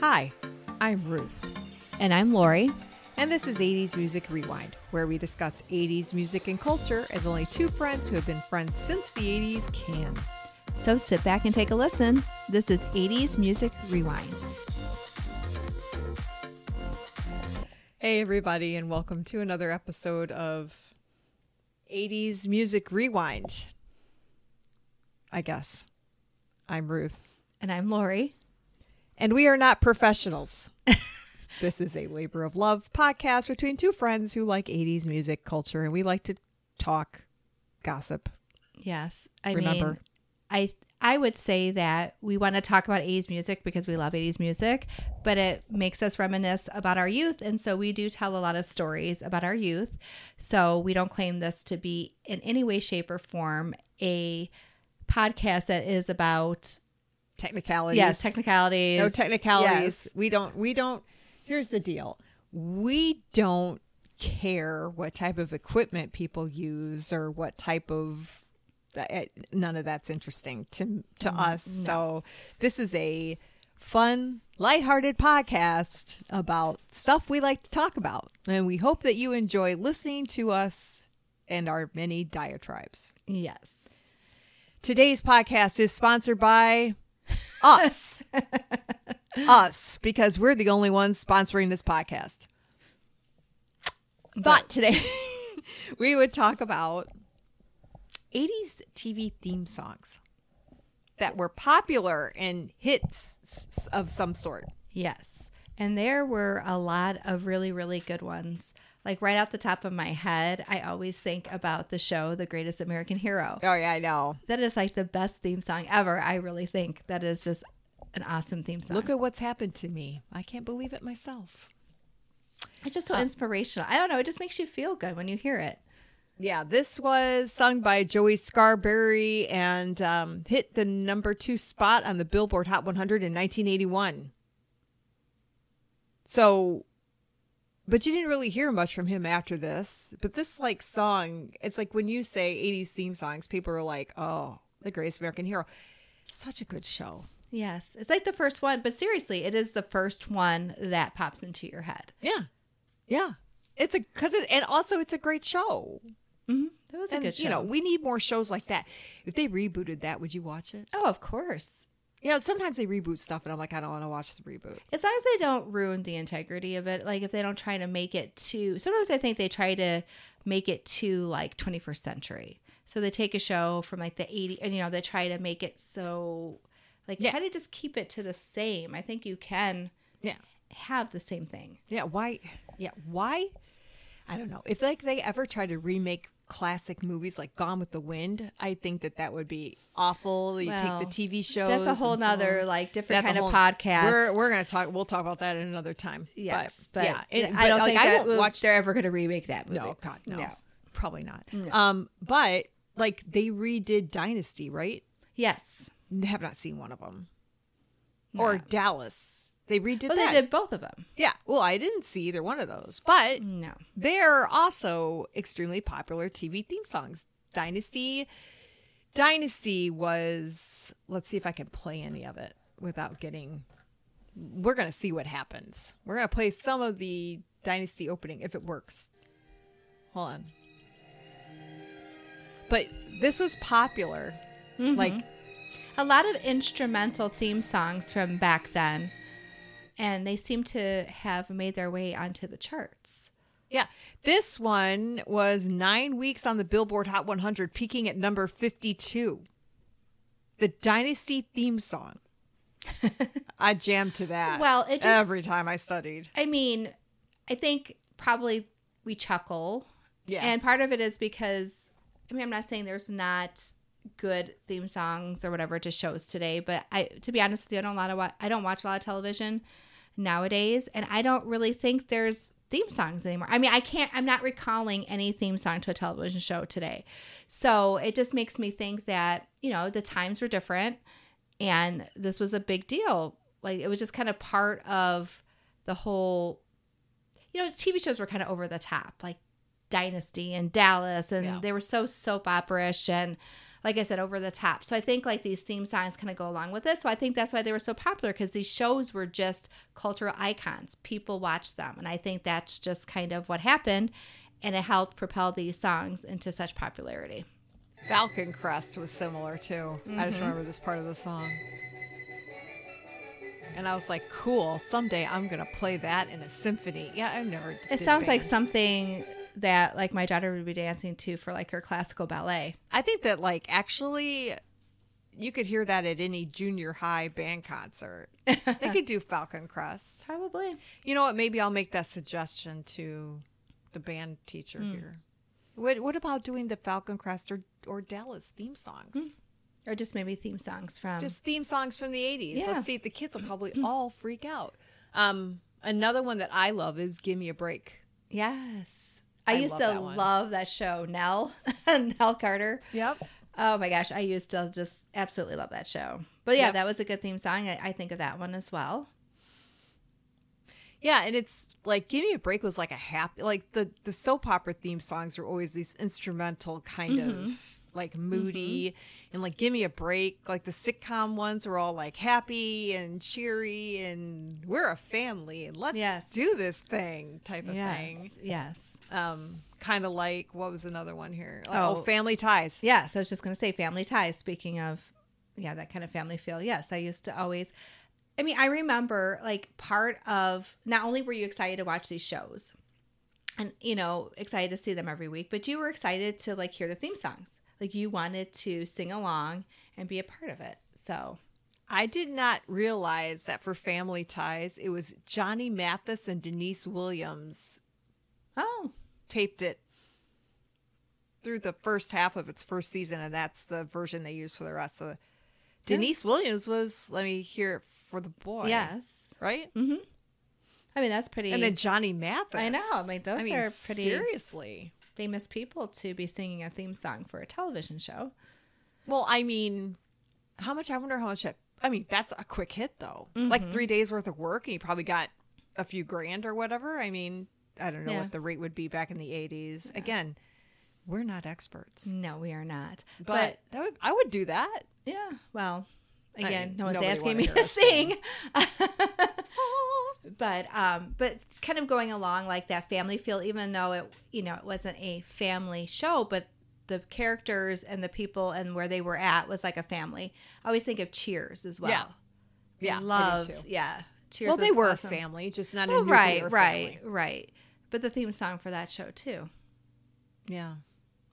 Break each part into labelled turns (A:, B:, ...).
A: Hi, I'm Ruth,
B: And I'm Lori.
A: and this is 80s Music Rewind, where we discuss 80s music and culture as only two friends who have been friends since the 80s can.
B: So sit back and take a listen. This is 80s Music Rewind.
A: Hey, everybody, and welcome to another episode of 80s Music Rewind. I guess. I'm Ruth,
B: And I'm Lori.
A: and we are not professionals. this is a labor of love podcast between two friends who like 80s music culture, and we like to talk, gossip,
B: Yes. I
A: Remember.
B: mean, I I would say that we want to talk about 80s music because we love 80s music, but it makes us reminisce about our youth and so we do tell a lot of stories about our youth. So we don't claim this to be in any way shape or form a podcast that is about
A: technicalities.
B: yes, technicalities.
A: No technicalities. We don't. We don't. Here's the deal. We don't care what type of equipment people use or what type of. eh, None of that's interesting to to us. So this is a fun, lighthearted podcast about stuff we like to talk about, and we hope that you enjoy listening to us and our many diatribes.
B: Yes. yes.
A: Today's podcast is sponsored by us. us, because we're the only ones sponsoring this podcast. But today we would talk about 80s TV theme songs that were popular and hits s- s- of some sort.
B: Yes. And there were a lot of really, really good ones. Like right off the top of my head, I always think about the show The Greatest American Hero.
A: Oh, yeah, I know.
B: That is like the best theme song ever. I really think that is just an awesome theme song.
A: Look at what's happened to me. I can't believe it myself.
B: it's
A: Uh,
B: just so inspirational. I don't know. It just makes you feel good when you hear it.
A: Yeah, this was sung by Joey Scarberry and um, hit the number two spot on the Billboard Hot 100 in 1981. So, but you didn't really hear much from him after this. But this like song, it's like when you say 80s theme songs, people are like, "Oh, the Greatest American Hero." Such a good show.
B: Yes. It's like the first one, but seriously, it is the first one that pops into your head.
A: Yeah, yeah. It's a because it, and also it's a great show.
B: Mm-hmm. That was a
A: and
B: good show.
A: you know we need more shows like that. If they rebooted that, would you watch it?
B: oh, of course.
A: You know, sometimes they reboot stuff, and I'm like, I don't want to watch the reboot.
B: as long as they don't ruin the integrity of it like if they don't try to make it too sometimes i think they try to make it too like 21st century so they take a show from like the 80 and you know they try to make it so like
A: Yeah.
B: how to just keep it to the same i think you can
A: Yeah,
B: have the same thing
A: yeah. Why? Yeah, why? I don't know. If like they ever try to remake classic movies like Gone with the Wind, I think that that would be awful. You
B: Well,
A: take the TV shows.
B: that's a
A: and
B: whole nother
A: films.
B: like different
A: That's a
B: kind
A: whole-
B: of podcast
A: We're we're gonna talk. We'll talk about that at another time.
B: yes but,
A: yeah, it-
B: i don't
A: like,
B: think
A: I
B: that
A: won't
B: would-
A: watch
B: they're ever going to remake that movie
A: No, God, no,
B: No.
A: probably not.
B: No.
A: Um, but like they redid Dynasty, right?
B: yes
A: Have not seen one of them.
B: No.
A: Or Dallas. They redid
B: well
A: that.
B: they did both of them
A: Yeah. Well, I didn't see either one of those, but
B: no
A: they're also extremely popular TV theme songs. Dynasty. Dynasty was, let's see if I can play any of it without getting. We're going to see what happens. We're going to play some of the Dynasty opening if it works. Hold on. But this was popular.
B: Mm-hmm.
A: Like,
B: a lot of instrumental theme songs from back then and they seem to have made their way onto the charts
A: Yeah. This one was nine weeks on the Billboard Hot 100, peaking at number 52. The Dynasty theme song. I jammed to that.
B: Well, it just-
A: every time I studied.
B: i mean i think probably we chuckle
A: Yeah.
B: and part of it is because i mean i'm not saying there's not good theme songs or whatever to shows today but i to be honest with you i don't a lot of wa- i don't watch a lot of television nowadays and i don't really think there's theme songs anymore i mean i can't i'm not recalling any theme song to a television show today so it just makes me think that you know the times were different and this was a big deal like it was just kind of part of the whole you know tv shows were kind of over the top like dynasty and dallas and
A: Yeah.
B: they were so soap opera-ish and like I said, over the top. So I think like these theme songs kind of go along with this. So I think that's why they were so popular because these shows were just cultural icons. People watched them. And I think that's just kind of what happened. And it helped propel these songs into such popularity.
A: Falcon Crest was similar too. I
B: Mm-hmm.
A: just remember this part of the song. And I was like, cool, someday I'm going to play that in a symphony. Yeah, I've never.
B: It
A: did
B: sounds like
A: band.
B: something that like my daughter would be dancing to for like her classical ballet.
A: I think that, like, actually, you could hear that at any junior high band concert. they could do Falcon Crest.
B: Probably.
A: You know what? Maybe I'll make that suggestion to the band teacher here. What, what about doing the Falcon Crest or, or Dallas theme songs?
B: Or just maybe theme songs from
A: just theme songs from the 80s.
B: Yeah.
A: Let's see, the kids will probably all freak out. Um, another one that I love is Give Me a Break.
B: Yes. I,
A: I
B: used
A: love
B: to
A: that one.
B: love that show, Nell, Nell Carter.
A: Yep.
B: Oh my gosh, I used to just absolutely love that show. But yeah,
A: Yep.
B: that was a good theme song. I, I think of that one as well.
A: Yeah, and it's like Give Me a Break was like a happy, like the, the soap opera theme songs were always these instrumental kind
B: Mm-hmm.
A: of like moody and like Give Me a Break. Like the sitcom ones were all like happy and cheery and we're a family and let's
B: Yes.
A: do this thing type of
B: yes.
A: thing.
B: Yes.
A: Um, kind of like what was another one here?
B: Oh.
A: oh Family Ties.
B: Yeah. So I was just going to say family ties. Speaking of, yeah, that kind of family feel. Yes. I used to always, I mean, I remember like part of not only were you excited to watch these shows and, you know, excited to see them every week, but you were excited to like hear the theme songs. Like you wanted to sing along and be a part of it. So,
A: I did not realize that for Family Ties, it was Johnny Mathis and Denise Williams
B: oh,
A: taped it through the first half of its first season, and that's the version they used for the rest of it.
B: Yeah.
A: Denise Williams was, let me hear it for the boy.
B: yes.
A: Right?
B: I mean, that's pretty
A: And then Johnny Mathis.
B: I know, I mean, those are pretty-
A: Seriously.
B: famous people to be singing a theme song for a television show.
A: Well, I mean, how much? I wonder how much that. I mean, that's a quick hit though.
B: Mm-hmm.
A: Like three days worth of work, and you probably got a few grand or whatever. I mean, I don't know
B: Yeah.
A: what the rate would be back in the '80s. Again, we're not experts,
B: No, we are not.
A: but, that would I would do that.
B: But, yeah, well, again,
A: mean,
B: no one's
A: nobody
B: asking
A: wanna
B: me
A: hear
B: to
A: us
B: sing. but um but it's kind of going along like that family feel even though it you know it wasn't a family show but the characters and the people and where they were at was like a family. I always think of Cheers as well.
A: Yeah. Yeah, I
B: I
A: do
B: love.
A: too.
B: Yeah, Cheers.
A: Well, they
B: was
A: were
B: awesome.
A: a family, just not a
B: Oh,
A: nuclear
B: right, right,
A: family.
B: right. But the theme song for that show too.
A: Yeah,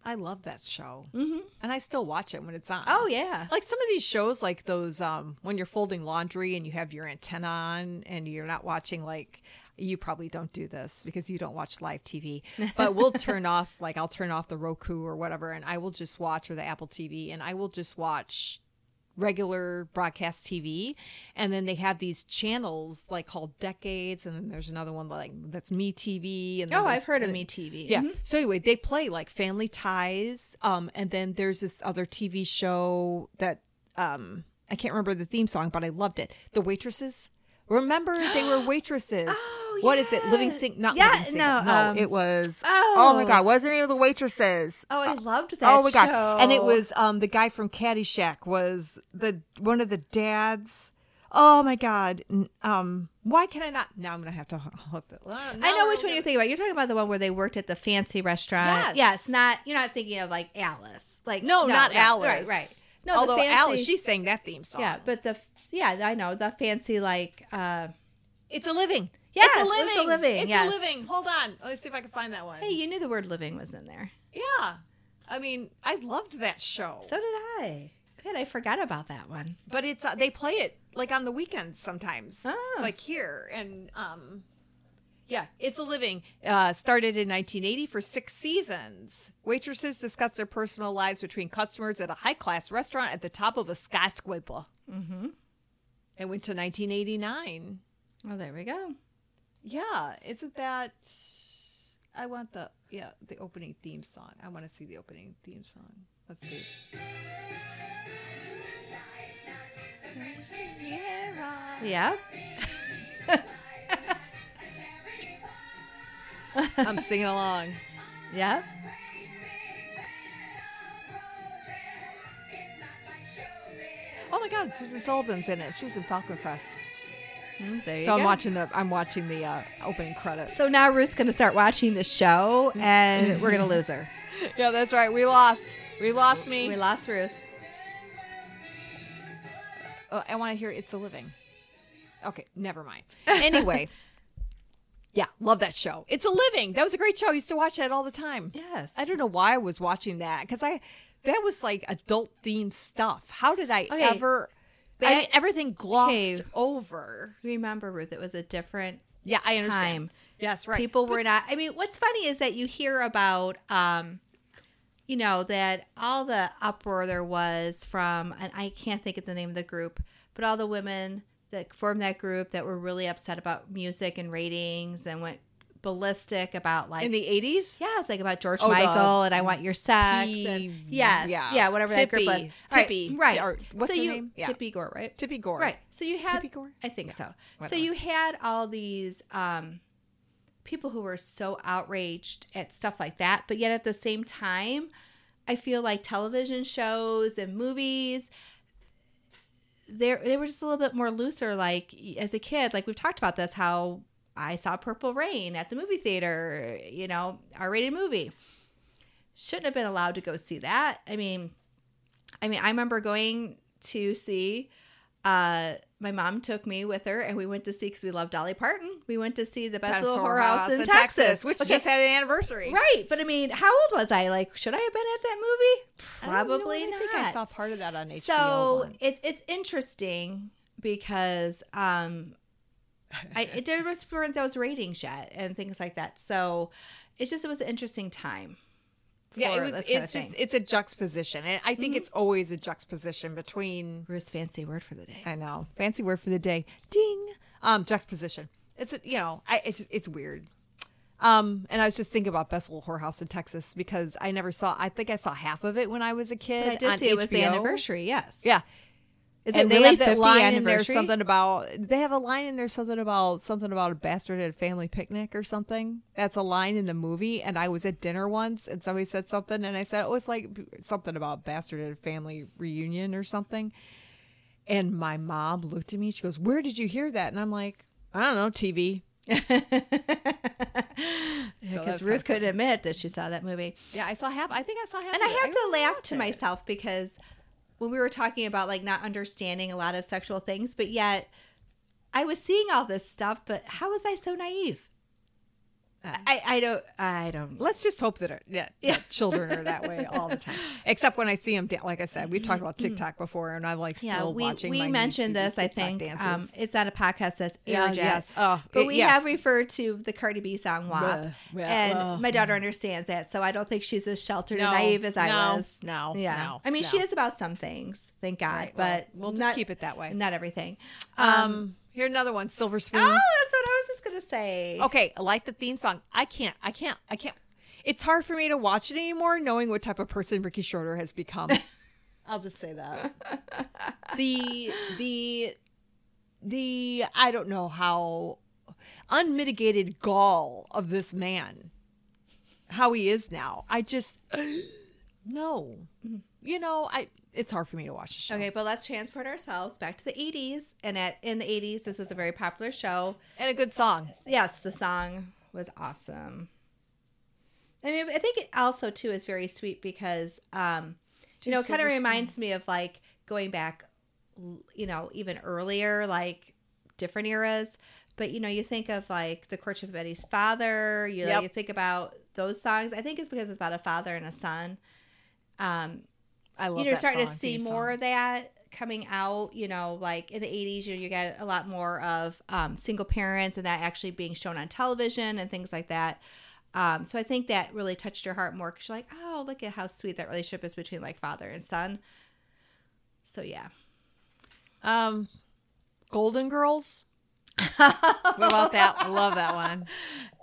A: I love that show, mm-hmm. and I still watch it when it's on.
B: Oh yeah,
A: like some of these shows like those um when you're folding laundry and you have your antenna on and you're not watching like you probably don't do this because you don't watch live TV. But we'll turn off like I'll turn off the Roku or whatever and I will just watch or the Apple TV and I will just watch regular broadcast TV and then they have these channels like called Decades and then there's another one like that's Me TV and then
B: Oh,
A: there's-
B: I've heard of
A: and-
B: Me TV.
A: yeah. So anyway, they play like Family Ties, um, and then there's this other TV show that um, I can't remember the theme song, but I loved it. The waitresses. Remember, they were waitresses.
B: Oh,
A: What is it? Living
B: yes.
A: Sing? Not
B: Yeah,
A: Living Sing-
B: no,
A: No,
B: um,
A: it was.
B: oh.
A: my God, what was the name of the waitresses?
B: Oh, I loved that.
A: oh my God!
B: show.
A: And it was um, the guy from Caddyshack was the one of the dads. Oh my God! N- Um, why can I not? Now I'm gonna have to h- hook the.
B: I know which one you're thinking about. You're talking about the one where they worked at the fancy restaurant.
A: Yes.
B: not you're not thinking of like Alice. Like
A: No, not Alice.
B: Right, right. No,
A: although
B: the fancy,
A: Alice, she sang that theme song.
B: yeah, but the yeah, I know the fancy like uh
A: it's a living.
B: Yes,
A: it's a living.
B: it's a living,
A: It's
B: yes.
A: a living. Hold on, let me see if I can find that one.
B: hey, you knew the word living was in there.
A: Yeah, I mean, I loved that show.
B: So did I. Good, I forgot about that one.
A: but it's uh, they play it like on the weekends sometimes,
B: Oh.
A: like here and um, yeah, it's a living. Uh, started in 1980 for six seasons. Waitresses discuss their personal lives between customers at a high class restaurant at the top of a skyscraper.
B: Mm-hmm.
A: It went to 1989.
B: Well, Oh, there we go.
A: Yeah, isn't that? I want the yeah the opening theme song. I want to see the opening theme song. Let's see.
B: Yeah.
A: I'm singing along.
B: Yeah.
A: Oh God, Susan Sullivan's in it. She was in Falcon Crest.
B: Mm, there you
A: So I'm
B: go.
A: watching the I'm watching the uh, opening credits.
B: So now Ruth's gonna start watching the show, and we're gonna lose her.
A: yeah, that's right. We lost. We lost me.
B: We lost Ruth.
A: Oh, I want to hear "It's a Living." Okay, never mind. Anyway, yeah, love that show. "It's a Living." That was a great show. I used to watch that all the time.
B: Yes.
A: I don't know why I was watching that because I that was like adult themed stuff. How did I
B: Okay,
A: ever? I mean,
B: back-
A: everything glossed
B: okay.
A: over.
B: Remember, Ruth, it was a different
A: Yeah, I understand.
B: time.
A: Yes, right.
B: People were not. I mean, what's funny is that you hear about, um, you know, that all the uproar there was from, and I can't think of the name of the group, but all the women that formed that group that were really upset about music and ratings and went ballistic about like
A: in the eighties.
B: Yeah, it's like about George
A: Oh, the
B: Michael and I want your sex.
A: P-
B: and, yes,
A: yeah.
B: yeah, whatever that group
A: Tippi.
B: was. All right,
A: Tippi.
B: right?
A: Or- what's
B: so
A: her
B: you,
A: name? Yeah.
B: Tippy Gore, right?
A: Tippy Gore.
B: Right. So you had
A: Tippi Gore?
B: I think so. So
A: whatever.
B: you had all these um, people who were so outraged at stuff like that, but yet at the same time, I feel like television shows and movies. They they were just a little bit more looser. Like as a kid, like we've talked about this, how I saw Purple Rain at the movie theater. You know, R-rated movie. Shouldn't have been allowed to go see that. I mean, I mean, I remember going to see uh, my mom took me with her, and we went to see because we love Dolly Parton. We went to see the best little whorehouse in, Texas,
A: which
B: Okay,
A: just had an anniversary.
B: right. But I mean, how old was I? Like, should I have been at that movie?
A: I don't know,
B: Probably
A: I
B: not.
A: think I saw part of that on HBO.
B: so
A: once.
B: it's it's interesting because um, I it, there was weren't those ratings yet and things like that. So it's just it was an interesting time.
A: yeah, it
B: for
A: was.
B: this kinda
A: It's
B: thing.
A: just it's a juxtaposition, and I think it's always a juxtaposition between.
B: Ruth's fancy word for the day.
A: I know, fancy word for the day. Ding. Um, juxtaposition. It's a, you know, I it's just, it's weird. Um, and I was just thinking about Best Little Whorehouse in Texas because I never saw. I think I saw half of it when I was a kid.
B: But I did
A: on
B: see it was the
A: HBO.
B: anniversary. Yes.
A: Yeah,
B: Is
A: and
B: it
A: they
B: really
A: have that
B: 50
A: line in there
B: anniversary?
A: something about they have a line in there something about something about a bastard at a family picnic or something. That's a line in the movie. And I was at dinner once and somebody said something and I said oh it's like something about bastard at a family reunion or something. And my mom looked at me. She goes, "Where did you hear that?" And I'm like, "I don't know, TV."
B: Because
A: that's kinda
B: Ruth couldn't admit that she saw that movie.
A: Yeah, I saw half. I think I saw half.
B: And
A: of
B: I
A: it.
B: have to
A: really
B: laugh
A: liked
B: to
A: it.
B: myself because when we were talking about like not understanding a lot of sexual things, but yet I was seeing all this stuff, but how was I so naive?
A: Uh.
B: I, I don't I don't
A: Let's just hope that, it, yeah,
B: Yeah.
A: that children are that way all the time. Except when I see them, like I said, we talked about TikTok before, and I'm like still
B: Mm-hmm. yeah, we,
A: watching. my
B: we
A: niece
B: mentioned
A: do the
B: this, I
A: TikTok
B: think.
A: dances.
B: Um, it's not a podcast that's
A: Yeah,
B: aired yet.
A: yes. Oh,
B: but
A: it-
B: we
A: yeah.
B: have referred to the Cardi B song WAP.
A: Bleh, bleh,
B: and
A: bleh.
B: my daughter understands that. So I don't think she's as sheltered
A: No,
B: and naive as I
A: no,
B: was.
A: no,
B: Yeah.
A: no,
B: I mean, she
A: no.
B: is about some things, thank God.
A: Right, well,
B: but
A: we'll just
B: not-
A: keep it that way.
B: Not everything.
A: Um,
B: Um,
A: here another one, Silver
B: Oh, that's what
A: Spoons.
B: I was just gonna say.
A: Okay, I like the theme song. I can't. I can't. I can't. It's hard for me to watch it anymore, knowing what type of person Ricky Schroeder has become. I'll just say that. the the the I don't know how unmitigated gall of this man, how he is now. I just no. You know, I it's hard for me to watch the show.
B: Okay, but let's transport ourselves back to the '80s, and at in the '80s, this was a very popular show.
A: And a good song.
B: Yes, the song was awesome. I mean, I think it also too is very sweet because, um, you know, it kind of
A: silver
B: reminds me of like going back, l- you know, even earlier, like different eras. But you know, you think of like the courtship of Eddie's father. You know,
A: Yep.
B: you think about those songs. I think it's because it's about a father and a son. Um,
A: I love
B: you know,
A: that
B: starting
A: song,
B: to see
A: theme song.
B: more of that coming out. You know, like in the '80s, you know, you get a lot more of um, single parents and that actually being shown on television and things like that. Um, so I think that really touched your heart more because you're like, oh, look at how sweet that relationship is between like father and son. So yeah,
A: Um, Golden Girls. what about that? I love that one.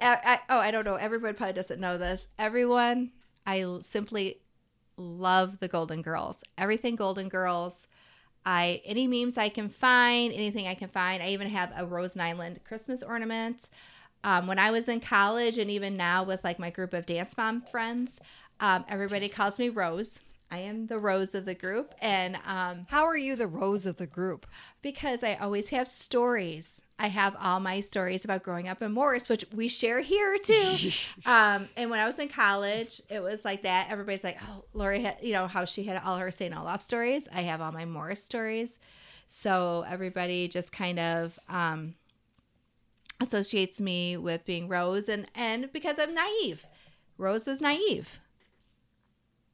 B: I, I, oh, I don't know. Everyone probably doesn't know this. Everyone, I l- simply love the Golden Girls. Everything Golden Girls. I any memes I can find, anything I can find. I even have a Rosen Island Christmas ornament. Um, when I was in college, and even now with like my group of dance mom friends, um, everybody calls me Rose. I am the rose of the group, and um,
A: How are you the rose of the group?
B: because I always have stories. I have all my stories about growing up in Morris, which we share here too. um, and when I was in college, it was like that. Everybody's like, "Oh, Lori, had, you know how she had all her St. Olaf stories. I have all my Morris stories." So everybody just kind of um, associates me with being Rose, and and because I'm naive, Rose was naive,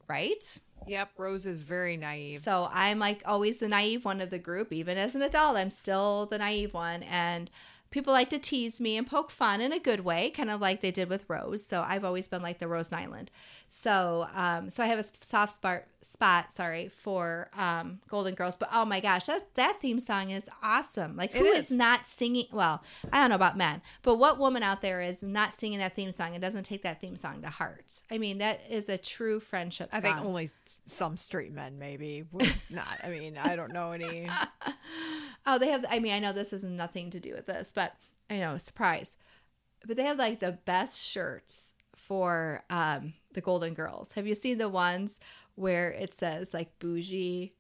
B: right?
A: Yep, Rose is very naive.
B: So I'm like always the naive one of the group. Even as an adult, I'm still the naive one. And people like to tease me and poke fun in a good way, kind of like they did with Rose. So I've always been like the Rose Nyland. So um, so I have a s- soft spot spot, sorry, for um, Golden Girls. But oh my gosh, that that theme song is awesome. Like who
A: It
B: is.
A: is.
B: not singing? Well, I don't know about men, but what woman out there is not singing that theme song and doesn't take that theme song to heart? I mean, that is a true friendship.
A: I think
B: song.
A: only s- some straight men maybe would not. I mean, I don't know any.
B: Oh, they have. I mean, I know this has nothing to do with this, but I know surprise. But they have like the best shirts for um, the Golden Girls. Have you seen the ones where it says like bougie?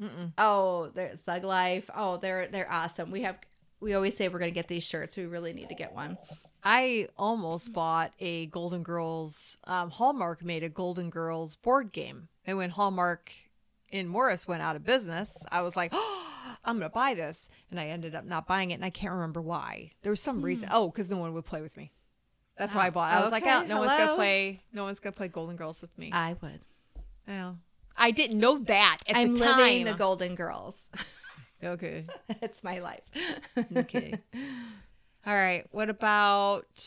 A: Mm-mm.
B: Oh, they're thug life. Oh, they're they're awesome. We have. We always say we're gonna get these shirts. We really need to get one.
A: I almost bought a Golden Girls. Um, Hallmark made a Golden Girls board game, and when Hallmark in Morris went out of business, I was like, oh, "I'm going to buy this," and I ended up not buying it, and I can't remember why. There was some reason. Oh, because no one would play with me. That's why I
B: Oh,
A: bought. it. I was like,
B: Hmm.
A: oh,
B: okay,
A: "No one's going to
B: hello?
A: play. No one's going to play Golden Girls with me."
B: I would.
A: Well, I didn't know that at
B: I'm
A: the time.
B: living the Golden Girls.
A: okay.
B: it's my life.
A: Okay. All right. What about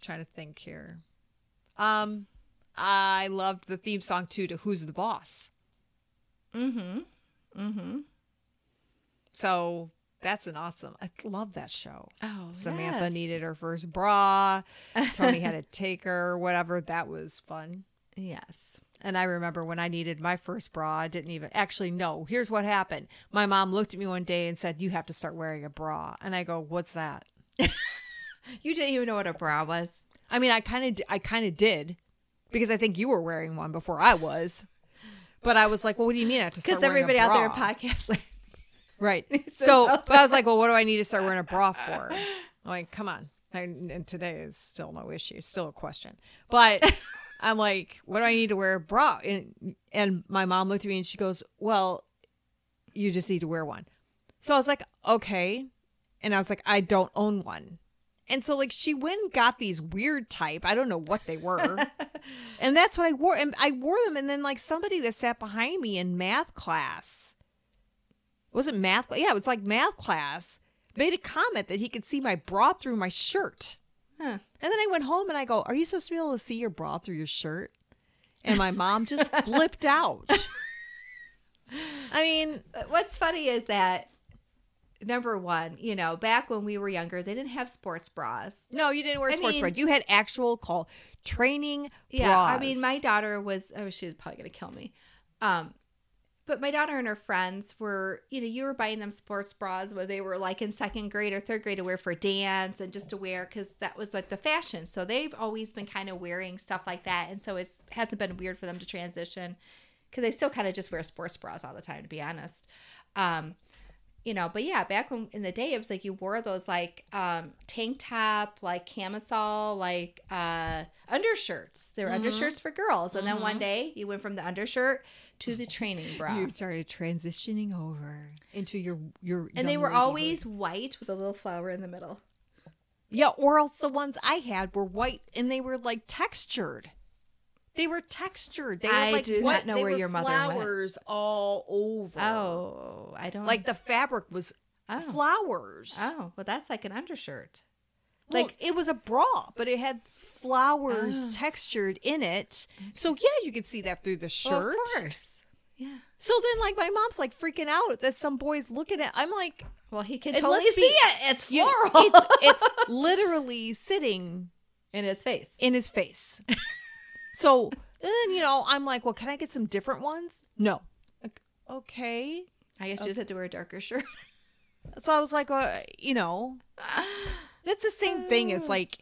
A: trying to think here? Um I loved the theme song too to Who's the Boss.
B: mm-hmm. Mm-hmm.
A: So that's an awesome. I love that show.
B: Oh,
A: Samantha
B: yes.
A: needed her first bra. Tony had to take her, whatever. That was fun.
B: Yes.
A: And I remember when I needed my first bra, I didn't even actually no. Here's what happened. My mom looked at me one day and said, "You have to start wearing a bra." And I go, "What's that?"
B: You didn't even know what a bra was.
A: I mean, I kind of, I kind of did, because I think you were wearing one before I was. But I was like, well, what do you mean I have to start
B: Because
A: wearing
B: everybody
A: a
B: out there in
A: bra?
B: podcast land-
A: right?
B: said
A: so,
B: no.
A: but I was like, well, what do I need to start wearing a bra for? I'm like, come on. And, and today is still no issue, still a question. But I'm like, what do I need to wear a bra? And and my mom looked at me and she goes, well, you just need to wear one. So I was like, okay. And I was like, I don't own one. And so like she went and got these weird type. I don't know what they were. and that's what I wore. And I wore them and then like somebody that sat behind me in math class. Was it math? Yeah, it was like math class. Made a comment that he could see my bra through my shirt.
B: Huh.
A: And then I went home and I go, Are you supposed to be able to see your bra through your shirt? And my mom just flipped out. I mean,
B: But What's funny is that number one, you know, back when we were younger, they didn't have sports bras.
A: no, you didn't wear
B: I
A: sports
B: mean-
A: bra. You had actual call training
B: Yeah, I
A: bras.
B: mean, my daughter was. Oh, she was probably gonna kill me. Um, but my daughter and her friends were, you know, you were buying them sports bras when they were like in second grade or third grade to wear for dance and just to wear because that was like the fashion. So they've always been kind of wearing stuff like that, and so it's hasn't been weird for them to transition because they still kind of just wear sports bras all the time, to be honest. Um, you know, but yeah, back when in the day, it was like you wore those like um, tank top, like camisole, like uh, undershirts. They were undershirts for girls, and then one day you went from the undershirt to the training bra.
A: you started transitioning over into your your
B: and they
A: young
B: were
A: ladyhood.
B: always white with a little flower in the middle.
A: yeah or else the ones i had were white and they were like textured they were textured they
B: I
A: were like
B: do not
A: what-
B: know
A: they
B: where
A: were
B: your mother went.
A: flowers all over
B: Oh, I don't
A: like the fabric was
B: Oh.
A: flowers
B: Oh, well, that's like an undershirt.
A: like
B: like-
A: it was a bra but it had flowers
B: Oh.
A: textured in it so yeah you could see that through the shirt
B: Well, of course. Yeah.
A: so then like my mom's like freaking out that some boy's looking at i'm like
B: Well, he can
A: And
B: totally
A: let's
B: see
A: be-
B: it. It's
A: you-
B: floral
A: it's, it's literally sitting
B: in his face.
A: in his face. so then, you know, I'm like, well, can I get some different ones? No. Like, okay.
B: I guess you just had to wear a darker shirt.
A: So I was like, uh, you know, that's the same thing. It's like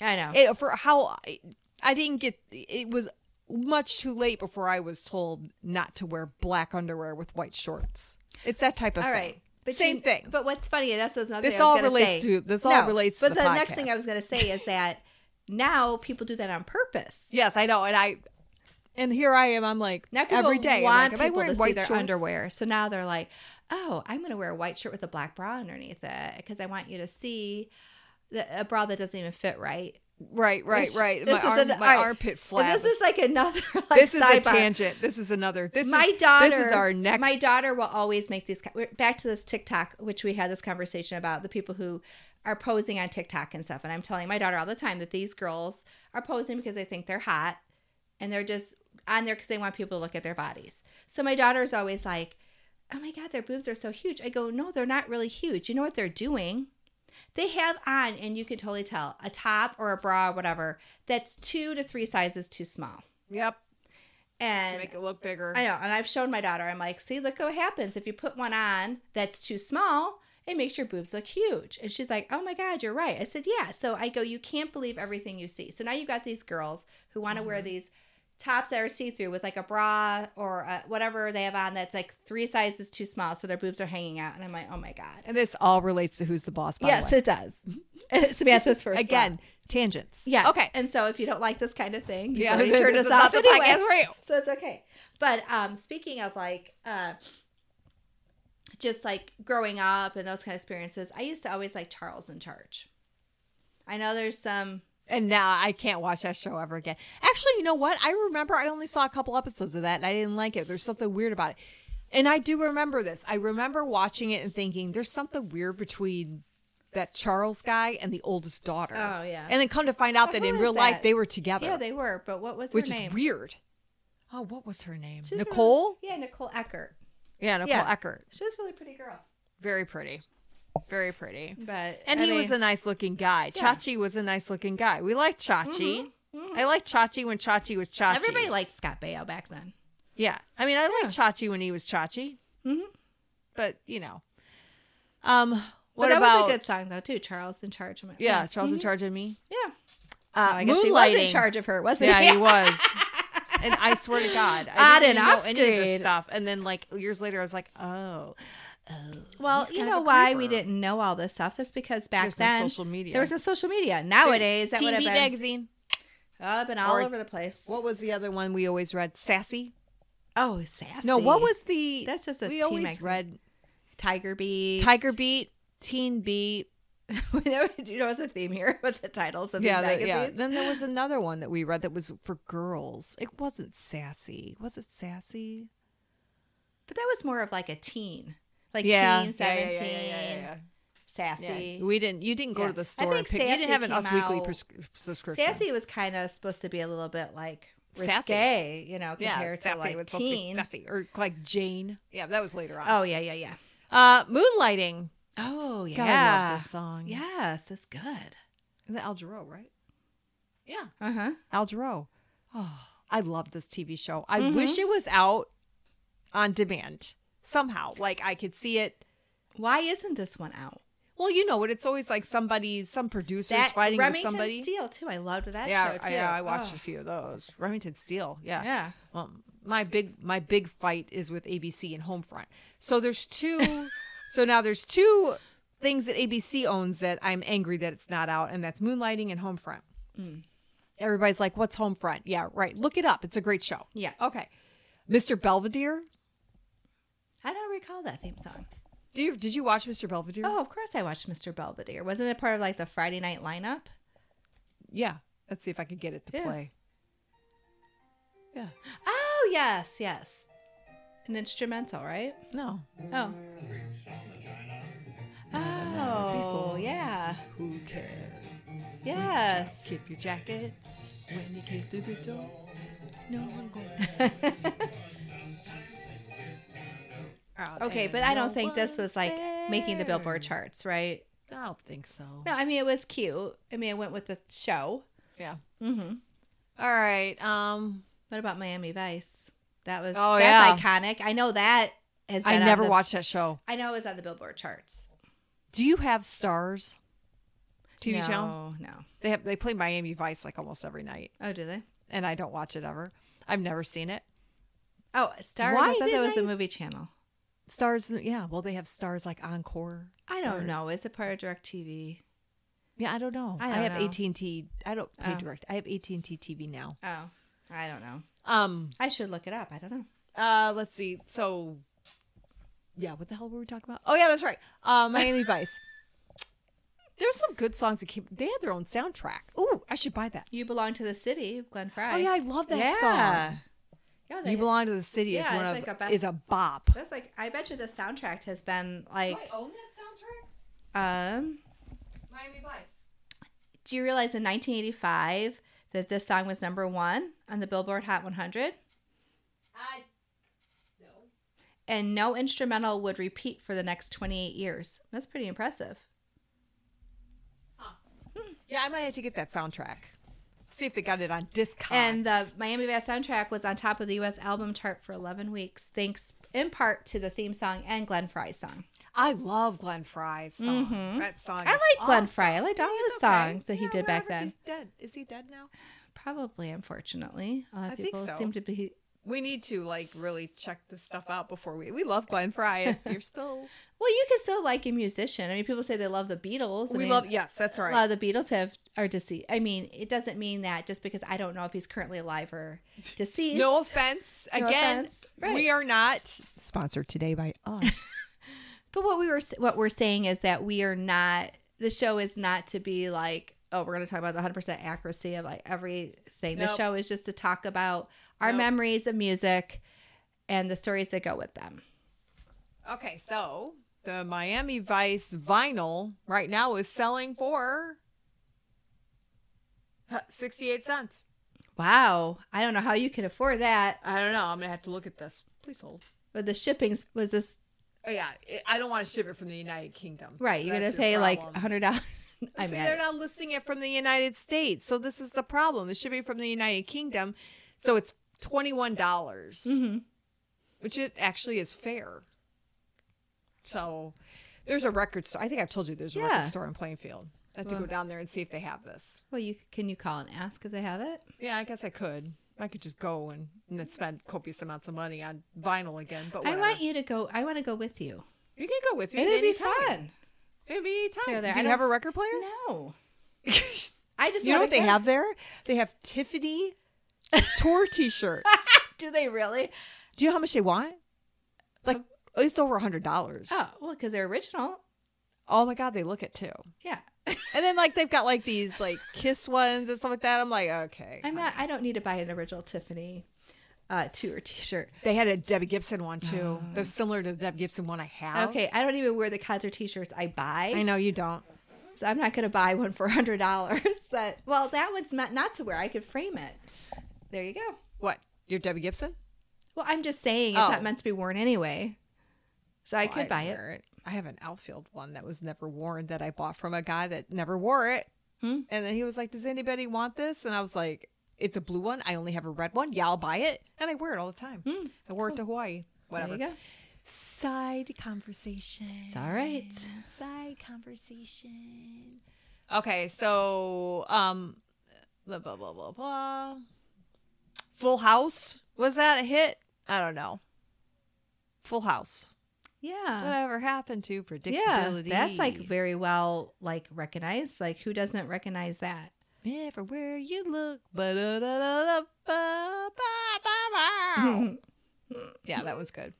B: I know.
A: it, for how I, I didn't get it was much too late before I was told not to wear black underwear with white shorts. It's that type of
B: All
A: thing.
B: right. But
A: Same
B: you-
A: thing.
B: But what's funny, that's what's another
A: This
B: thing I was
A: all
B: gonna
A: relates
B: say.
A: to- this all relates to
B: But
A: the
B: next thing
A: podcast.
B: I was going to say is that now people do that on purpose.
A: Yes, I know. And I and here I am, I'm like
B: Now people
A: every day. I'm
B: want
A: like, am I
B: people
A: wearing
B: to see
A: white
B: their
A: shorts?
B: underwear. So now they're like, "Oh, I'm going to wear a white shirt with a black bra underneath it because I want you to see the, a bra that doesn't even fit right."
A: Right, right,
B: Which-
A: right.
B: this
A: My,
B: is
A: arm,
B: an- all
A: my
B: right.
A: armpit
B: And
A: flap.
B: this is like another like
A: This is a
B: sidebar.
A: tangent. This is another. This
B: my
A: is,
B: daughter.
A: This is our next.
B: My daughter will always make these. we're Back to this TikTok, which we had this conversation about the people who are posing on TikTok and stuff. And I'm telling my daughter all the time that these girls are posing because they think they're hot, and they're just on there because they want people to look at their bodies. So my daughter's always like, "Oh my god, their boobs are so huge." I go, "No, they're not really huge. You know what they're doing." They have on, and you can totally tell, a top or a bra or whatever that's two to three sizes too small.
A: Yep.
B: And
A: Make it look bigger.
B: I know, and I've shown my daughter. I'm like, see, look what happens if you put one on that's too small. It makes your boobs look huge. And she's like, oh my God, you're right. I said, yeah. So I go, you can't believe everything you see. So now you've got these girls who want to wear
A: Mm-hmm.
B: these tops that are see through with like a bra or uh whatever they have on that's like three sizes too small. So their boobs are hanging out. And I'm like, oh my God.
A: and this all relates to who's the boss. By
B: yes,
A: the way.
B: it does. And Samantha's first.
A: again, tangents.
B: Yeah.
A: Okay.
B: And so if you don't like this kind of thing, you
A: Yeah.
B: yeah, already turned
A: this
B: us
A: is
B: off
A: not the
B: anyway
A: podcast for you.
B: so it's okay. But um, speaking of like, uh, just like growing up and those kind of experiences, I used to always like Charles in Charge. I know there's some.
A: And now I can't watch that show ever again. Actually, you know what? I remember I only saw a couple episodes of that and I didn't like it. There's something weird about it. And I do remember this. I remember watching it and thinking there's something weird between that Charles guy and the oldest daughter.
B: Oh, yeah.
A: And then come to find out
B: Oh,
A: that
B: who
A: in
B: is
A: real life
B: that?
A: they were together.
B: Yeah, they were, but what was her
A: which
B: name?
A: is weird. Oh, what was her name?
B: She's really-
A: Nicole?
B: yeah, Nicole Eckert.
A: Yeah, Nicole
B: Yeah.
A: Eckert.
B: She was a really pretty girl,
A: Very pretty. Very pretty.
B: but
A: And
B: I
A: he was a
B: mean,
A: nice looking guy.
B: Yeah.
A: Chachi was a nice looking guy. We liked Chachi.
B: Mhm, mhm.
A: I liked Chachi when Chachi was Chachi.
B: everybody liked Scott Baio back then.
A: Yeah. Mm-hmm. I mean, I liked Chachi when he was Chachi,
B: hmm
A: but you know. Um what
B: but that
A: about
B: was a good song though too. Charles in Charge. I'm like,
A: Yeah, Charles in
B: mhm,
A: Charge of Me.
B: Yeah,
A: Uh,
B: Oh, I guess
A: moonlighting.
B: he was in charge of her, wasn't
A: Yeah,
B: he?
A: he was. And I swear to God, I
B: On
A: didn't even
B: and
A: know
B: off
A: any of this
B: screen.
A: stuff. And then, like years later, I was like, "Oh, oh
B: Well,
A: he's
B: you
A: kind of
B: know
A: a
B: why we
A: creeper.
B: didn't know all this stuff is because back
A: There's no
B: then
A: social media.
B: there was no social media. Nowadays, that
A: TV
B: would have been,
A: magazine.
B: oh, been all
A: or-
B: over the place.
A: What was the other one we always read? Sassy.
B: oh, sassy.
A: No, what was the?
B: That's just a
A: we
B: teen
A: always
B: magazine.
A: read
B: Tiger Beat?
A: Tiger Beat, Teen Beat.
B: you know, it's a theme here with the titles of
A: Yeah,
B: these
A: that- yeah.
B: magazines.
A: Then there was another one that we read that was for girls. It wasn't sassy. Was it sassy?
B: But that was more of like a teen, like teen,
A: Yeah,
B: seventeen,
A: yeah, yeah, yeah, yeah, yeah.
B: sassy.
A: Yeah, We didn't. You didn't go
B: Yeah.
A: to the
B: I
A: store. And
B: think
A: pick, you didn't
B: Sassy
A: have an
B: came
A: Us Weekly
B: out-
A: pres- subscription.
B: Sassy was kind of supposed to be a little bit like
A: Sassy.
B: risque, you know,
A: yeah,
B: compared
A: sassy
B: to like
A: was supposed to be
B: teen.
A: sassy, or like Jane. Yeah, that was later on.
B: Oh yeah, yeah, yeah.
A: Uh, Moonlighting.
B: Oh yeah,
A: God, I love this song.
B: yes, it's good.
A: and the Al Jarreau, right? Yeah,
B: Uh huh.
A: Al Jarreau. Oh, I love this TV show. I wish it was out on demand somehow. Like I could see it.
B: Why isn't this one out?
A: Well, you know what? It's always like somebody, some producers fighting
B: Remington
A: with somebody.
B: Steel too. I loved that
A: yeah,
B: show too.
A: I, yeah, I watched
B: Oh,
A: a few of those. Remington Steele. Yeah.
B: Yeah.
A: Well, my big my big fight is with ABC and Homefront. So there's two. so now there's two things that ABC owns that I'm angry that it's not out, and that's Moonlighting and Homefront. Mm. Everybody's like, "What's Homefront?" Yeah, right. Look it up. It's a great show.
B: Yeah.
A: Okay. Mr. Belvedere.
B: I don't recall that theme song.
A: Do you, did you watch Mr. Belvedere?
B: Oh, of course I watched Mr. Belvedere. Wasn't it part of like the Friday night lineup?
A: Yeah. Let's see if I can get it to
B: Yeah.
A: play. Yeah.
B: Oh yes, yes. An instrumental, right?
A: No.
B: Oh. Oh yeah.
A: Who cares?
B: Yes.
A: Keep your jacket when you came through the door. No one goes.
B: Okay, but I don't think this was like making the Billboard charts, right?
A: I don't think so.
B: No, I mean it was cute. I mean it went with the show.
A: Yeah.
B: Mm-hmm.
A: All right. Um,
B: What about Miami Vice? That was
A: Oh,
B: that's iconic. I know that has.
A: I
B: been on
A: never
B: the-
A: watched that show.
B: I know it was on the Billboard charts.
A: Do you have Stars? TV
B: no,
A: channel?
B: No.
A: They have. They play Miami Vice like almost every night,
B: Oh, do they?
A: and I don't watch it ever. I've never seen it.
B: Oh, Stars.
A: Why
B: I thought that
A: didn't
B: was
A: I-
B: a movie channel.
A: Stars, yeah. Well, they have stars like Encore.
B: I don't
A: Stars.
B: know. Is it part of DirecTV?
A: Yeah, I don't know.
B: I
A: I,
B: don't
A: have
B: know.
A: AT and T. I don't pay
B: Oh.
A: direct. I have AT and T TV now.
B: Oh, I don't know.
A: Um.
B: I should look it up. I don't know.
A: Uh. Let's see. So. Yeah. What the hell were we talking about? Oh yeah, that's right. Uh, Miami Vice. There's some good songs that came. They had their own soundtrack. Ooh, I should buy that.
B: You belong to the city, Glenn Fry.
A: Oh yeah, I love that
B: Yeah.
A: song.
B: yeah. They,
A: You belong to the city is
B: Yeah,
A: one
B: it's
A: of
B: like a best-
A: is a bop.
B: That's like I bet you the soundtrack has been like.
A: own that oh.
B: Um,
A: soundtrack? Miami Vice.
B: do you realize in 1985 that this song was number one on the Billboard Hot 100,
A: I. No.
B: and no instrumental would repeat for the next 28 years? That's pretty impressive.
A: Yeah, I might have to get that soundtrack. See if they got it on Discogs.
B: And the Miami Vice soundtrack was on top of the U.S. album chart for 11 weeks, thanks in part to the theme song and Glenn Fry's song.
A: I love Glenn Fry's song.
B: Mhm.
A: That song.
B: I like Glenn Fry. I liked all the songs that he did back then.
A: He's dead. Is he dead now?
B: Probably, unfortunately, a lot of
A: I think
B: people
A: so.
B: seem to be.
A: We need to like really check this stuff out before we. We love Glenn Fry. If you're still,
B: Well, you can still like a musician. I mean, people say they love the Beatles. I
A: we
B: mean,
A: love. Yes, that's
B: A lot
A: right.
B: of the Beatles have are deceased. I mean, it doesn't mean that just because I don't know if he's currently alive or deceased.
A: No offense.
B: No
A: Again,
B: offense. Right.
A: we are not sponsored today by us.
B: But what we were what we're saying is that we are not the show is not to be like oh we're going to talk about the 100% accuracy of like everything. The
A: Nope.
B: show is just to talk about our
A: Nope.
B: memories of music and the stories that go with them.
A: okay, so the Miami Vice vinyl right now is selling for huh, sixty-eight cents.
B: Wow, I don't know how you can afford that,
A: I don't know. I'm gonna have to look at this. Please hold.
B: but the shipping's was this
A: Oh, yeah, I- I don't want to ship it from the United Kingdom.
B: right.
A: So
B: you're going
A: that's
B: to
A: your
B: pay like
A: problem.
B: like hundred dollars. I
A: See,
B: mean,
A: they're not listing it from the United States, so this is the problem. It should be from the United Kingdom, so it's twenty one dollars,
B: hmm
A: which it actually is fair. So, there's a record store. I think I've told you there's a
B: Yeah.
A: record store in Plainfield. I have to
B: Well-
A: go down there and see if they have this.
B: Well, you can you call and ask if they have it.
A: Yeah, I guess I could. I could just go and, and then spend copious amounts of money on vinyl again. But
B: I
A: whatever.
B: want you to go. I want to go with you.
A: you can go with me.
B: It would
A: at
B: be
A: any time.
B: fun.
A: It'd be time.
B: Go there.
A: Do
B: I
A: you
B: don't-
A: have a record player?
B: No, I just
A: you know
B: wanna
A: what they
B: go.
A: have there? They have Tiffany tour T-shirts.
B: Do they really?
A: Do you know how much they want? Like it's over a hundred dollars.
B: Oh, well, because they're original.
A: Oh my god, they look it too.
B: Yeah,
A: And then like they've got like these like kiss ones and stuff like that. I'm like, okay.
B: I'm not. I don't need to buy an original Tiffany uh, tour T-shirt.
A: They had a Debbie Gibson one too. They're similar to the Debbie Gibson one I have.
B: Oh. Okay, I don't even wear the concert T-shirts I buy,
A: I know you don't.
B: so I'm not going to buy one for hundred dollars. That well, that one's not not to wear. I could frame it. There you go.
A: What? Your Debbie Gibson?
B: Well, I'm just saying it's
A: Oh.
B: not meant to be worn anyway, so I
A: Oh,
B: could
A: I'd
B: buy it.
A: wear I have an outfield one that was never worn that I bought from a guy that never wore it.
B: Hmm.
A: And then he was like, Does anybody want this? And I was like, It's a blue one. I only have a red one. Yeah, I'll buy it. And I wear it all the time.
B: Hmm.
A: I wore it to Hawaii. Whatever.
B: There you go.
A: Side conversation.
B: It's all right.
A: Side conversation. Okay, so um blah blah blah blah blah. Full house? Was that a hit? I don't know. Full house
B: Yeah.
A: whatever happened to predictability?
B: that's like very well like recognized. Like who doesn't recognize that?
A: everywhere you look. ba-da-da-da-da, ba, ba, ba, ba. yeah, that was good.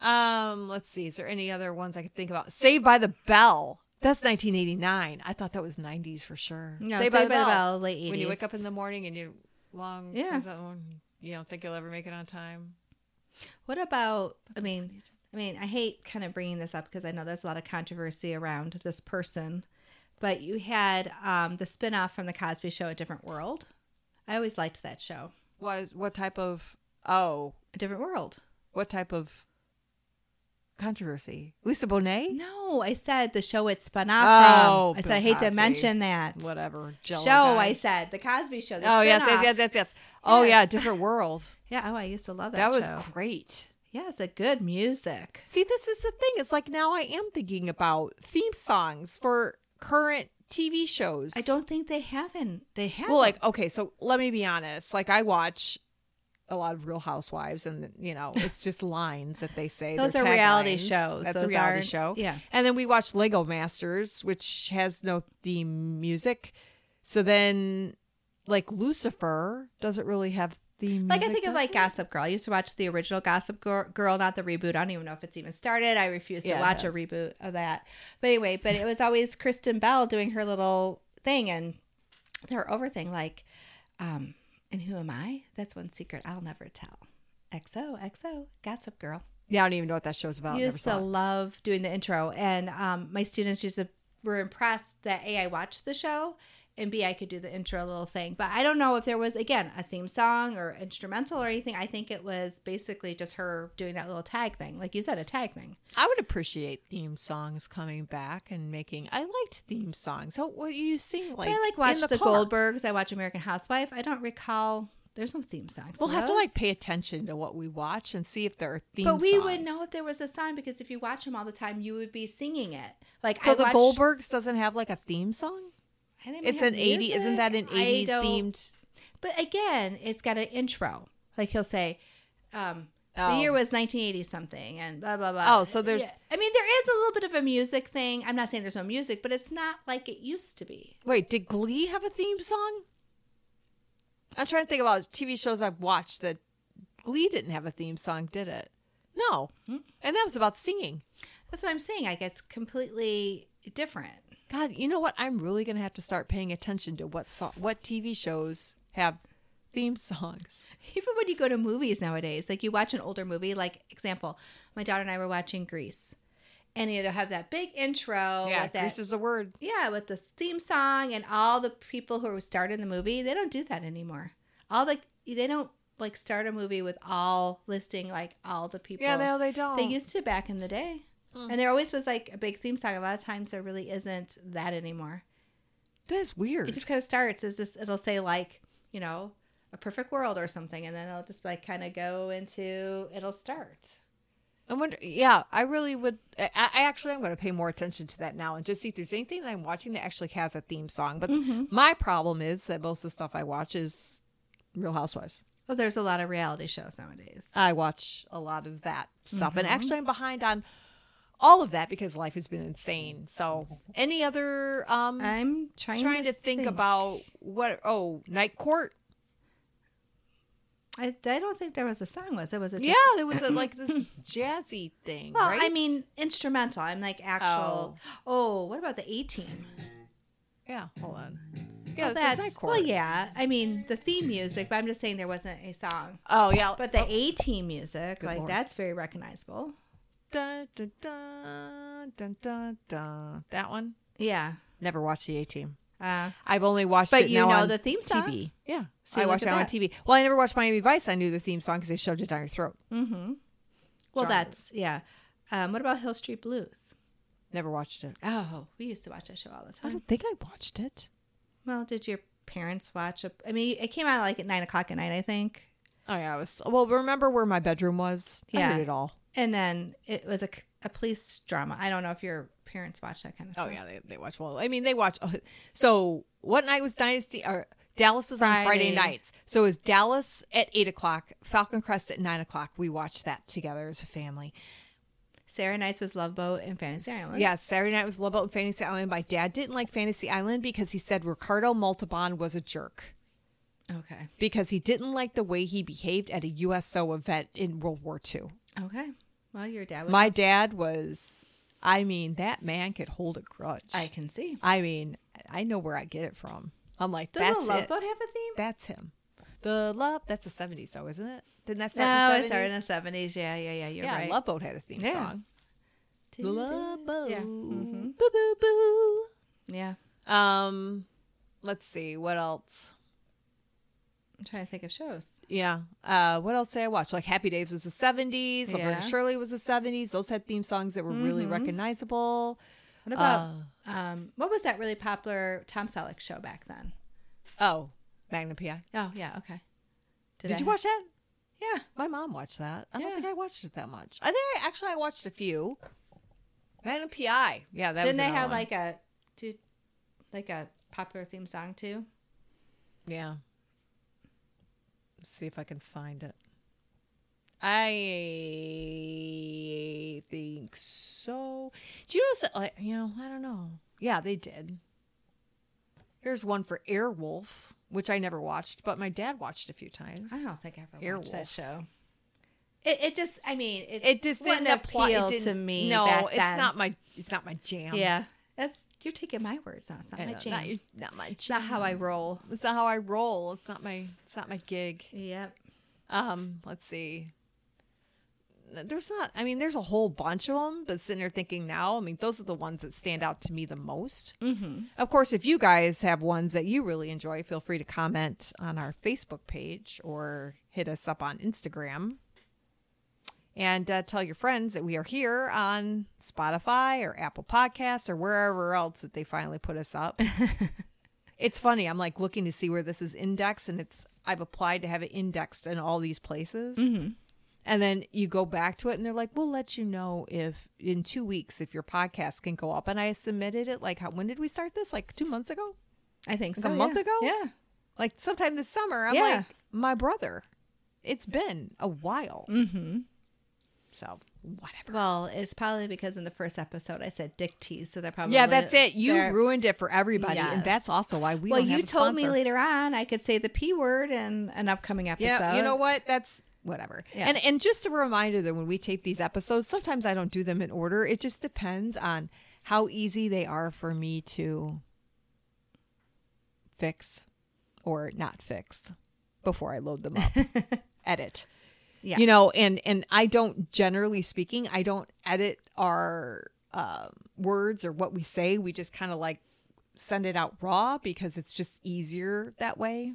A: Um, let's see. Is there any other ones I could think about? Saved by the Bell. That's 1989. I thought that was 90s for sure.
B: no, Saved by, the Bell, late 80s.
A: When you wake up in the morning and you long,
B: Yeah.
A: is that one? You don't think you'll ever make it on time.
B: What about I mean I mean, I hate kind of bringing this up because I know there's a lot of controversy around this person, but you had um, the spinoff from the Cosby Show, A Different World. I always liked that show,
A: Was what type of? Oh,
B: A Different World.
A: what type of controversy? Lisa Bonet.
B: No, I said the show it spun off
A: Oh,
B: from.
A: Bill
B: I said I hate to
A: Cosby.
B: mention that
A: Whatever.
B: show.
A: Jello guy.
B: I said the Cosby Show. The
A: Oh yes,
B: spinoff.
A: yes, yes, yes, yes. Oh
B: Yes.
A: yeah, different world.
B: yeah. Oh, I used to love that.
A: that was
B: show.
A: great.
B: Yeah, it's a good music.
A: See, this is the thing. It's like now I am thinking about theme songs for current TV shows.
B: I don't think they haven't. They have.
A: Well, like okay, so let me be honest. Like I watch a lot of Real Housewives, and you know, it's just lines that they say.
B: Those
A: they're
B: are reality
A: taglines.
B: shows.
A: That's
B: Those
A: a reality
B: aren't-
A: show.
B: yeah.
A: And then we watched Lego Masters, which has no theme music. So then, like Lucifer doesn't really have theme.
B: Like I
A: music,
B: think of
A: does
B: like Gossip Girl. I used to watch the original Gossip Gir- Girl, not the reboot. I don't even know if it's even started. I refuse to
A: Yeah, it
B: watch a
A: has.
B: reboot of that. But anyway, but it was always Kristen Bell doing her little thing and her over thing like, um, and who am I? That's one secret I'll never tell. XO XO Gossip Girl.
A: it? yeah, I don't even know what that show's about. I never
B: used to
A: saw it.
B: love doing the intro, and um, my students used to were impressed that a I watched the show, and b I could do the intro little thing. But I don't know if there was again a theme song or instrumental or anything. I think it was basically just her doing that little tag thing, like you said, a tag thing.
A: I would appreciate theme songs coming back and making. I liked theme songs. So what do you sing like?
B: But I like
A: in
B: watch the,
A: car?
B: Goldbergs. I watch American Housewife. I don't recall. There's no theme songs.
A: We'll
B: in
A: have to like
B: those.
A: pay attention to what we watch and see if there are theme.
B: But we would
A: songs.
B: know if there was a song because if you watch them all the time, you would be singing it. Like
A: So
B: I
A: the
B: watch-
A: Goldbergs doesn't have like a theme song.
B: I think they
A: It's
B: have
A: an eighty. Isn't that an
B: music. I
A: eighties
B: don't-
A: themed?
B: But again, it's got an intro. Like he'll say, um,
A: Oh.
B: the year was 1980 something and blah, blah, blah.
A: Oh, so there's-
B: Yeah. I mean, there is a little bit of a music thing. I'm not saying there's no music, but it's not like it used to be.
A: Wait, did Glee have a theme song? I'm trying to think about TV shows I've watched that Glee didn't have a theme song, did it? No,
B: Hmm?
A: and that was about singing.
B: That's what I'm saying. Like it's completely different.
A: God, you know what? I'm really gonna have to start paying attention to what song, what TV shows have theme songs.
B: Even when you go to movies nowadays, like you watch an older movie, like example, my daughter and I were watching Grease. And it'll have that big intro with Oh, that
A: this is a word.
B: Yeah, with the theme song and all the people who started the movie, they don't do that anymore. All the they don't like start a movie with all listing like all the people.
A: Yeah, no, they don't.
B: Oh. They Mm-hmm. used to back in the day, and there always was like a big theme song. A lot of times there really isn't that anymore.
A: That's weird.
B: It just kind of starts. It's just it'll say like you know a perfect world or something, and then it'll just like kind of go into it'll start.
A: I wonder. Yeah, I really would. I, I actually, I'm going to pay more attention to that now and just see if there's anything that I'm watching that actually has a theme song. But
B: Mm-hmm.
A: my problem is that most of the stuff I watch is Real Housewives.
B: Well, there's a lot of reality shows nowadays.
A: I watch a lot of that stuff, and
B: Mm-hmm.
A: actually, I'm behind on all of that because life has been insane. So, any other? Um,
B: I'm trying
A: trying to think, about what. Oh, Night Court.
B: I, I don't think there was a song. Was it? Was it? just-
A: Yeah, there was a, like this jazzy thing.
B: Well, I
A: right?
B: mean, instrumental. I'm like actual. Oh, what about the 18?
A: yeah. Hold on. Yeah,
B: well,
A: this is
B: that's
A: Night Court.
B: well, yeah. I mean, the theme music, but I'm just saying there wasn't a song.
A: Oh yeah,
B: But the 18 music,
A: Good
B: like
A: Lord.
B: that's very recognizable.
A: Dun, dun, dun, dun, dun, dun. That one.
B: Yeah.
A: Never watched the A Team.
B: Uh,
A: I've only watched
B: But
A: it
B: you
A: now
B: know
A: on
B: the theme song.
A: TV. Yeah. I
B: So look
A: watched it
B: at
A: on
B: that.
A: TV. Well, I never watched Miami Vice. I knew the theme song because they shoved it down your throat.
B: mm-hmm. Well,
A: Genre.
B: that's yeah. Um, what about Hill Street Blues?
A: Never watched it.
B: Oh, we used to watch that show all the
A: I
B: time.
A: don't think I watched it.
B: Well, did your parents watch? A, I mean, it came out like at nine o'clock at night, I think.
A: Oh yeah, I was. Well, remember where my bedroom was? I
B: Yeah.
A: heard it all.
B: And then it was a, c- a police drama. I don't know if your parents watched that kind of
A: Oh
B: stuff.
A: yeah, they, they watch. Well, I mean, they watch. oh, so what night was Dynasty? Or Dallas was on Friday
B: Friday.
A: nights. So it was Dallas at eight o'clock, Falcon Crest at nine o'clock. We watched that together as a family.
B: Sarah Nice was Love Boat and Fantasy Island.
A: Yeah, Saturday night was Love Boat and Fantasy Island. My dad didn't like Fantasy Island because he said Ricardo Montalban was a jerk
B: Okay.
A: because he didn't like the way he behaved at a USO event in World War II.
B: Okay. Well, your dad was.
A: My dad was, I mean, that man could hold a grudge.
B: I can see.
A: I mean, I know where I get it from. I'm like,
B: Does
A: that's
B: the Love
A: it.
B: Boat have a theme?
A: That's him. The love. That's the '70s, though, isn't it? Didn't that start?
B: No,
A: in the 70s?
B: it started in the seventies. Yeah, yeah, yeah. You're
A: yeah,
B: right.
A: Love Boat had a theme
B: Yeah.
A: song.
B: Do,
A: The
B: do,
A: Love Boat.
B: Yeah. mhm.
A: Boo boo boo.
B: yeah.
A: Um, let's see what else.
B: I'm trying to think of shows.
A: Yeah. Uh, what else did I watch? Like Happy Days was the seventies. Laverne and
B: Yeah.
A: Shirley was the seventies. Those had theme songs that were really recognizable.
B: What
A: Uh,
B: about um? What was that really popular Tom Selleck show back then?
A: Oh, Magnum PI.
B: Oh yeah. Okay.
A: Did,
B: I-
A: you watch that?
B: Yeah.
A: My mom watched that. I don't
B: Yeah.
A: think I watched it that much. I think I actually I watched a few. Magnum PI. Yeah, that was
B: Didn't they
A: another
B: have
A: one.
B: like a, do, like a popular theme song too?
A: Yeah. Let's see if I can find it. I think so. Do you know? so- Like, you know, I don't know. Yeah, they did. Here's one for Airwolf, which I never watched, but my dad watched a few times.
B: I don't think I ever watched
A: Airwolf.
B: that show. It, it just, I mean, it,
A: It just
B: wouldn't
A: didn't apply
B: appeal
A: it didn't-
B: to me.
A: No,
B: back
A: it's
B: then.
A: not my. It's not my jam.
B: Yeah, that's you're taking my words out. It's not
A: I
B: my
A: know,
B: jam.
A: Not, your- not my.
B: it's not how I roll.
A: It's not how I roll. It's not my. It's not my gig.
B: Yep.
A: Um, let's see. There's not. I mean, there's a whole bunch of them. But sitting there thinking now, I mean, those are the ones that stand out to me the most.
B: Mm-hmm.
A: Of course, if you guys have ones that you really enjoy, feel free to comment on our Facebook page or hit us up on Instagram. And uh, tell your friends that we are here on Spotify or Apple Podcasts or wherever else that they finally put us up. it's funny. I'm like looking to see where this is indexed, and it's I've applied to have it indexed in all these places. And then you go back to it, and they're like, "We'll let you know if in two weeks if your podcast can go up." And I submitted it like, how, when did we start this? Like two months ago,
B: I think
A: Like
B: so.
A: a month
B: yeah.
A: ago?
B: Yeah.
A: like sometime this summer. I'm
B: Yeah.
A: like, my brother, it's been a while.
B: Mm-hmm.
A: So whatever.
B: Well, it's probably because in the first episode I said dick tease, so they're probably
A: yeah, that's it. You
B: they're-
A: ruined it for everybody, and
B: Yes.
A: that's also why we.
B: well,
A: don't have
B: you
A: a
B: told me
A: sponsor.
B: later on I could say the p word in an upcoming episode.
A: Yeah, you know what? That's whatever.
B: Yeah.
A: And and just a reminder that when we take these episodes, sometimes I don't do them in order. It just depends on how easy they are for me to fix or not fix before I load them up. edit.
B: Yeah.
A: You know, and and I don't generally speaking, I don't edit our um words or what we say. We just kind of like send it out raw because it's just easier that way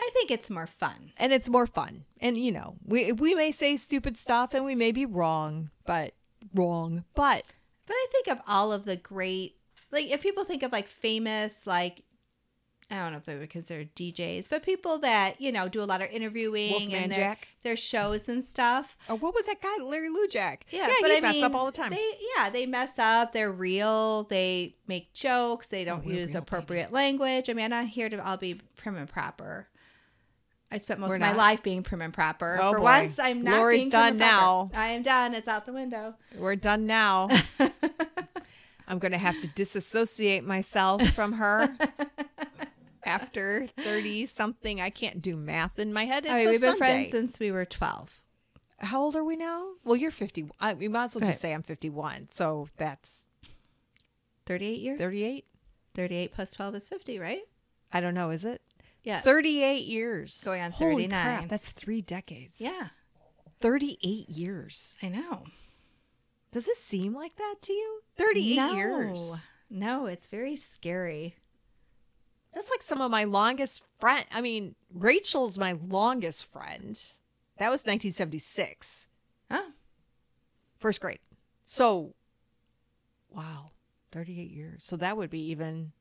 B: I think it's more fun.
A: and it's more fun. And you know, we we may say stupid stuff and we may be wrong, but wrong, but
B: But I think of all of the great, like if people think of like famous, like I don't know if they would consider DJs, but people that you know do a lot of interviewing
A: Wolfman
B: and their,
A: Jack.
B: their shows and stuff.
A: or Oh, what was that guy Larry Lujak?
B: Yeah,
A: yeah
B: but
A: he
B: I
A: messed
B: mean,
A: up all the time.
B: They yeah, they mess up. They're real. They make jokes. They don't
A: Oh, we're
B: use
A: real,
B: appropriate language. I mean, I'm not here to all be prim and proper. I spent most
A: We're
B: of my
A: not.
B: life being prim and proper.
A: Oh,
B: For
A: boy.
B: once, I'm not.
A: Lori's
B: being prim and
A: done
B: proper. I am done. It's out the window.
A: We're done now. I'm gonna have to disassociate myself from her. After thirty something, I can't do math in my head. It's
B: I mean,
A: a
B: we've been
A: Sunday.
B: friends since we were 12.
A: How old are we now? Well, you're fifty. I, we might as well
B: Right.
A: just say I'm fifty-one. So that's
B: 38 years.
A: thirty-eight.
B: 38 plus 12 is 50, right?
A: I don't know. Is it?
B: Yeah.
A: 38 years.
B: Going on
A: Holy
B: 39.
A: crap, that's three decades.
B: yeah,
A: 38 years.
B: I know.
A: Does it seem like that to you? 38
B: no.
A: years.
B: No, it's very scary.
A: That's like some of my longest friend. I mean, Rachel's my longest friend. That was 1976,
B: Huh?
A: first grade. So, wow, 38 years. So that would be even.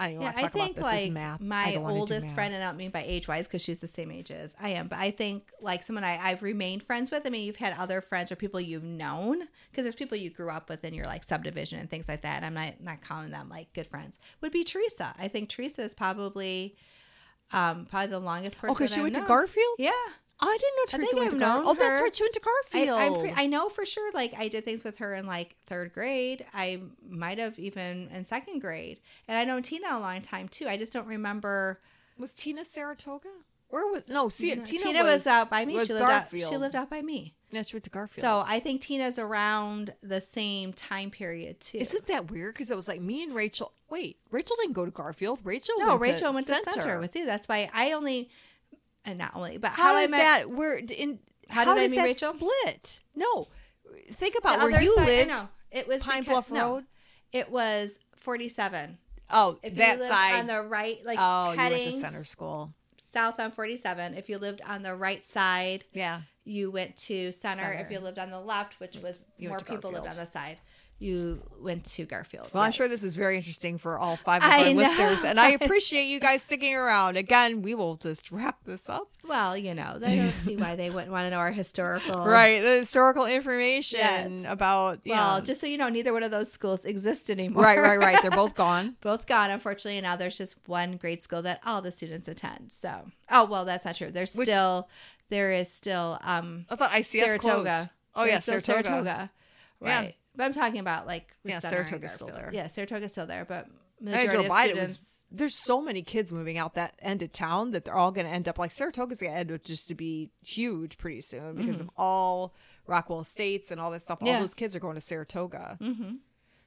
A: I don't even
B: Yeah,
A: want to
B: I
A: talk about
B: think
A: this This is
B: like
A: math. I
B: my
A: don't wanna do
B: oldest
A: math.
B: friend, and I don't mean by age wise because she's the same age as I am, but I think like someone I, I've remained friends with. I mean, you've had other friends or people you've known because there's people you grew up with in your like subdivision and things like that. And I'm not not calling them like good friends. Would be Teresa. I think Teresa is probably um probably the longest person.
A: Oh, because
B: that
A: she
B: I've
A: went to
B: known.
A: Garfield?
B: Yeah,
A: I didn't know
B: think
A: Teresa went to
B: I've
A: Garfield.
B: known
A: Oh, that's
B: her.
A: right. She went to
B: I,
A: Garfield.
B: I'm pre- I know for sure. Like I did things with her in like third grade. I might have even in second grade, and I know Tina a long time too. I just don't remember.
A: Was Tina Saratoga? Or was no? See,
B: No,
A: Tina,
B: Tina was, out by me.
A: was
B: she lived out, she
A: Garfield.
B: lived out by me.
A: No, she went to Garfield.
B: So I think Tina's around the same time period too.
A: isn't that weird? Because it was like me and Rachel. Wait, Rachel didn't go to Garfield. Rachel
B: no,
A: went
B: Rachel
A: to
B: went
A: center.
B: to center with you. That's why I only, and not only, but
A: How,
B: how, I
A: is
B: met
A: that? Where in
B: How did I
A: does
B: meet
A: that
B: Rachel?
A: Split. No, think
B: the
A: about where
B: other
A: you
B: side- I
A: lived.
B: know. It was
A: Pine
B: because-
A: Bluff
B: no,
A: Road?
B: it was forty-seven.
A: Oh,
B: If
A: that
B: you lived
A: side.
B: on the right, like
A: oh, you went
B: heading
A: to center school.
B: south on forty-seven. If you lived on the right side,
A: Yeah.
B: you went to center. If
A: Center.
B: you lived on the left, which was
A: You
B: more
A: went to
B: people lived on
A: Garfield.
B: the side, you went to Garfield.
A: Well, I'm
B: Yes.
A: sure this is very interesting for all five of
B: I
A: our
B: know.
A: listeners, and I appreciate you guys sticking around. Again, we will just wrap this up.
B: Well, you know, I don't see why they wouldn't want to know our historical.
A: Right, the historical information
B: Yes.
A: about yeah.
B: Well, just so you know, neither one of those schools exist anymore.
A: right, right, right. They're both gone.
B: both gone unfortunately and now there's just one grade school that all the students attend so oh well that's not true there's
A: Which-
B: still there is still um
A: I thought ICS closed.
B: saratoga
A: Oh
B: There's
A: yeah,
B: still
A: Saratoga. Yeah.
B: right but i'm talking about like with
A: Yeah,
B: Summer and
A: Saratoga's still
B: Garfield.
A: there.
B: yeah saratoga's still there but
A: And
B: majority
A: Joe
B: of
A: Biden
B: students
A: was. There's so many kids moving out that end of town that they're all going to end up like Saratoga's going to end up just to be huge pretty soon because of all Rockwell Estates and all that stuff.
B: Yeah.
A: All those kids are going to Saratoga.
B: Mhm.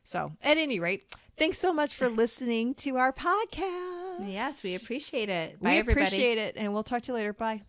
A: So, at any rate, thanks so much for listening to our podcast.
B: yes we appreciate it
A: we
B: bye everybody
A: appreciate it, and we'll talk to you later. Bye.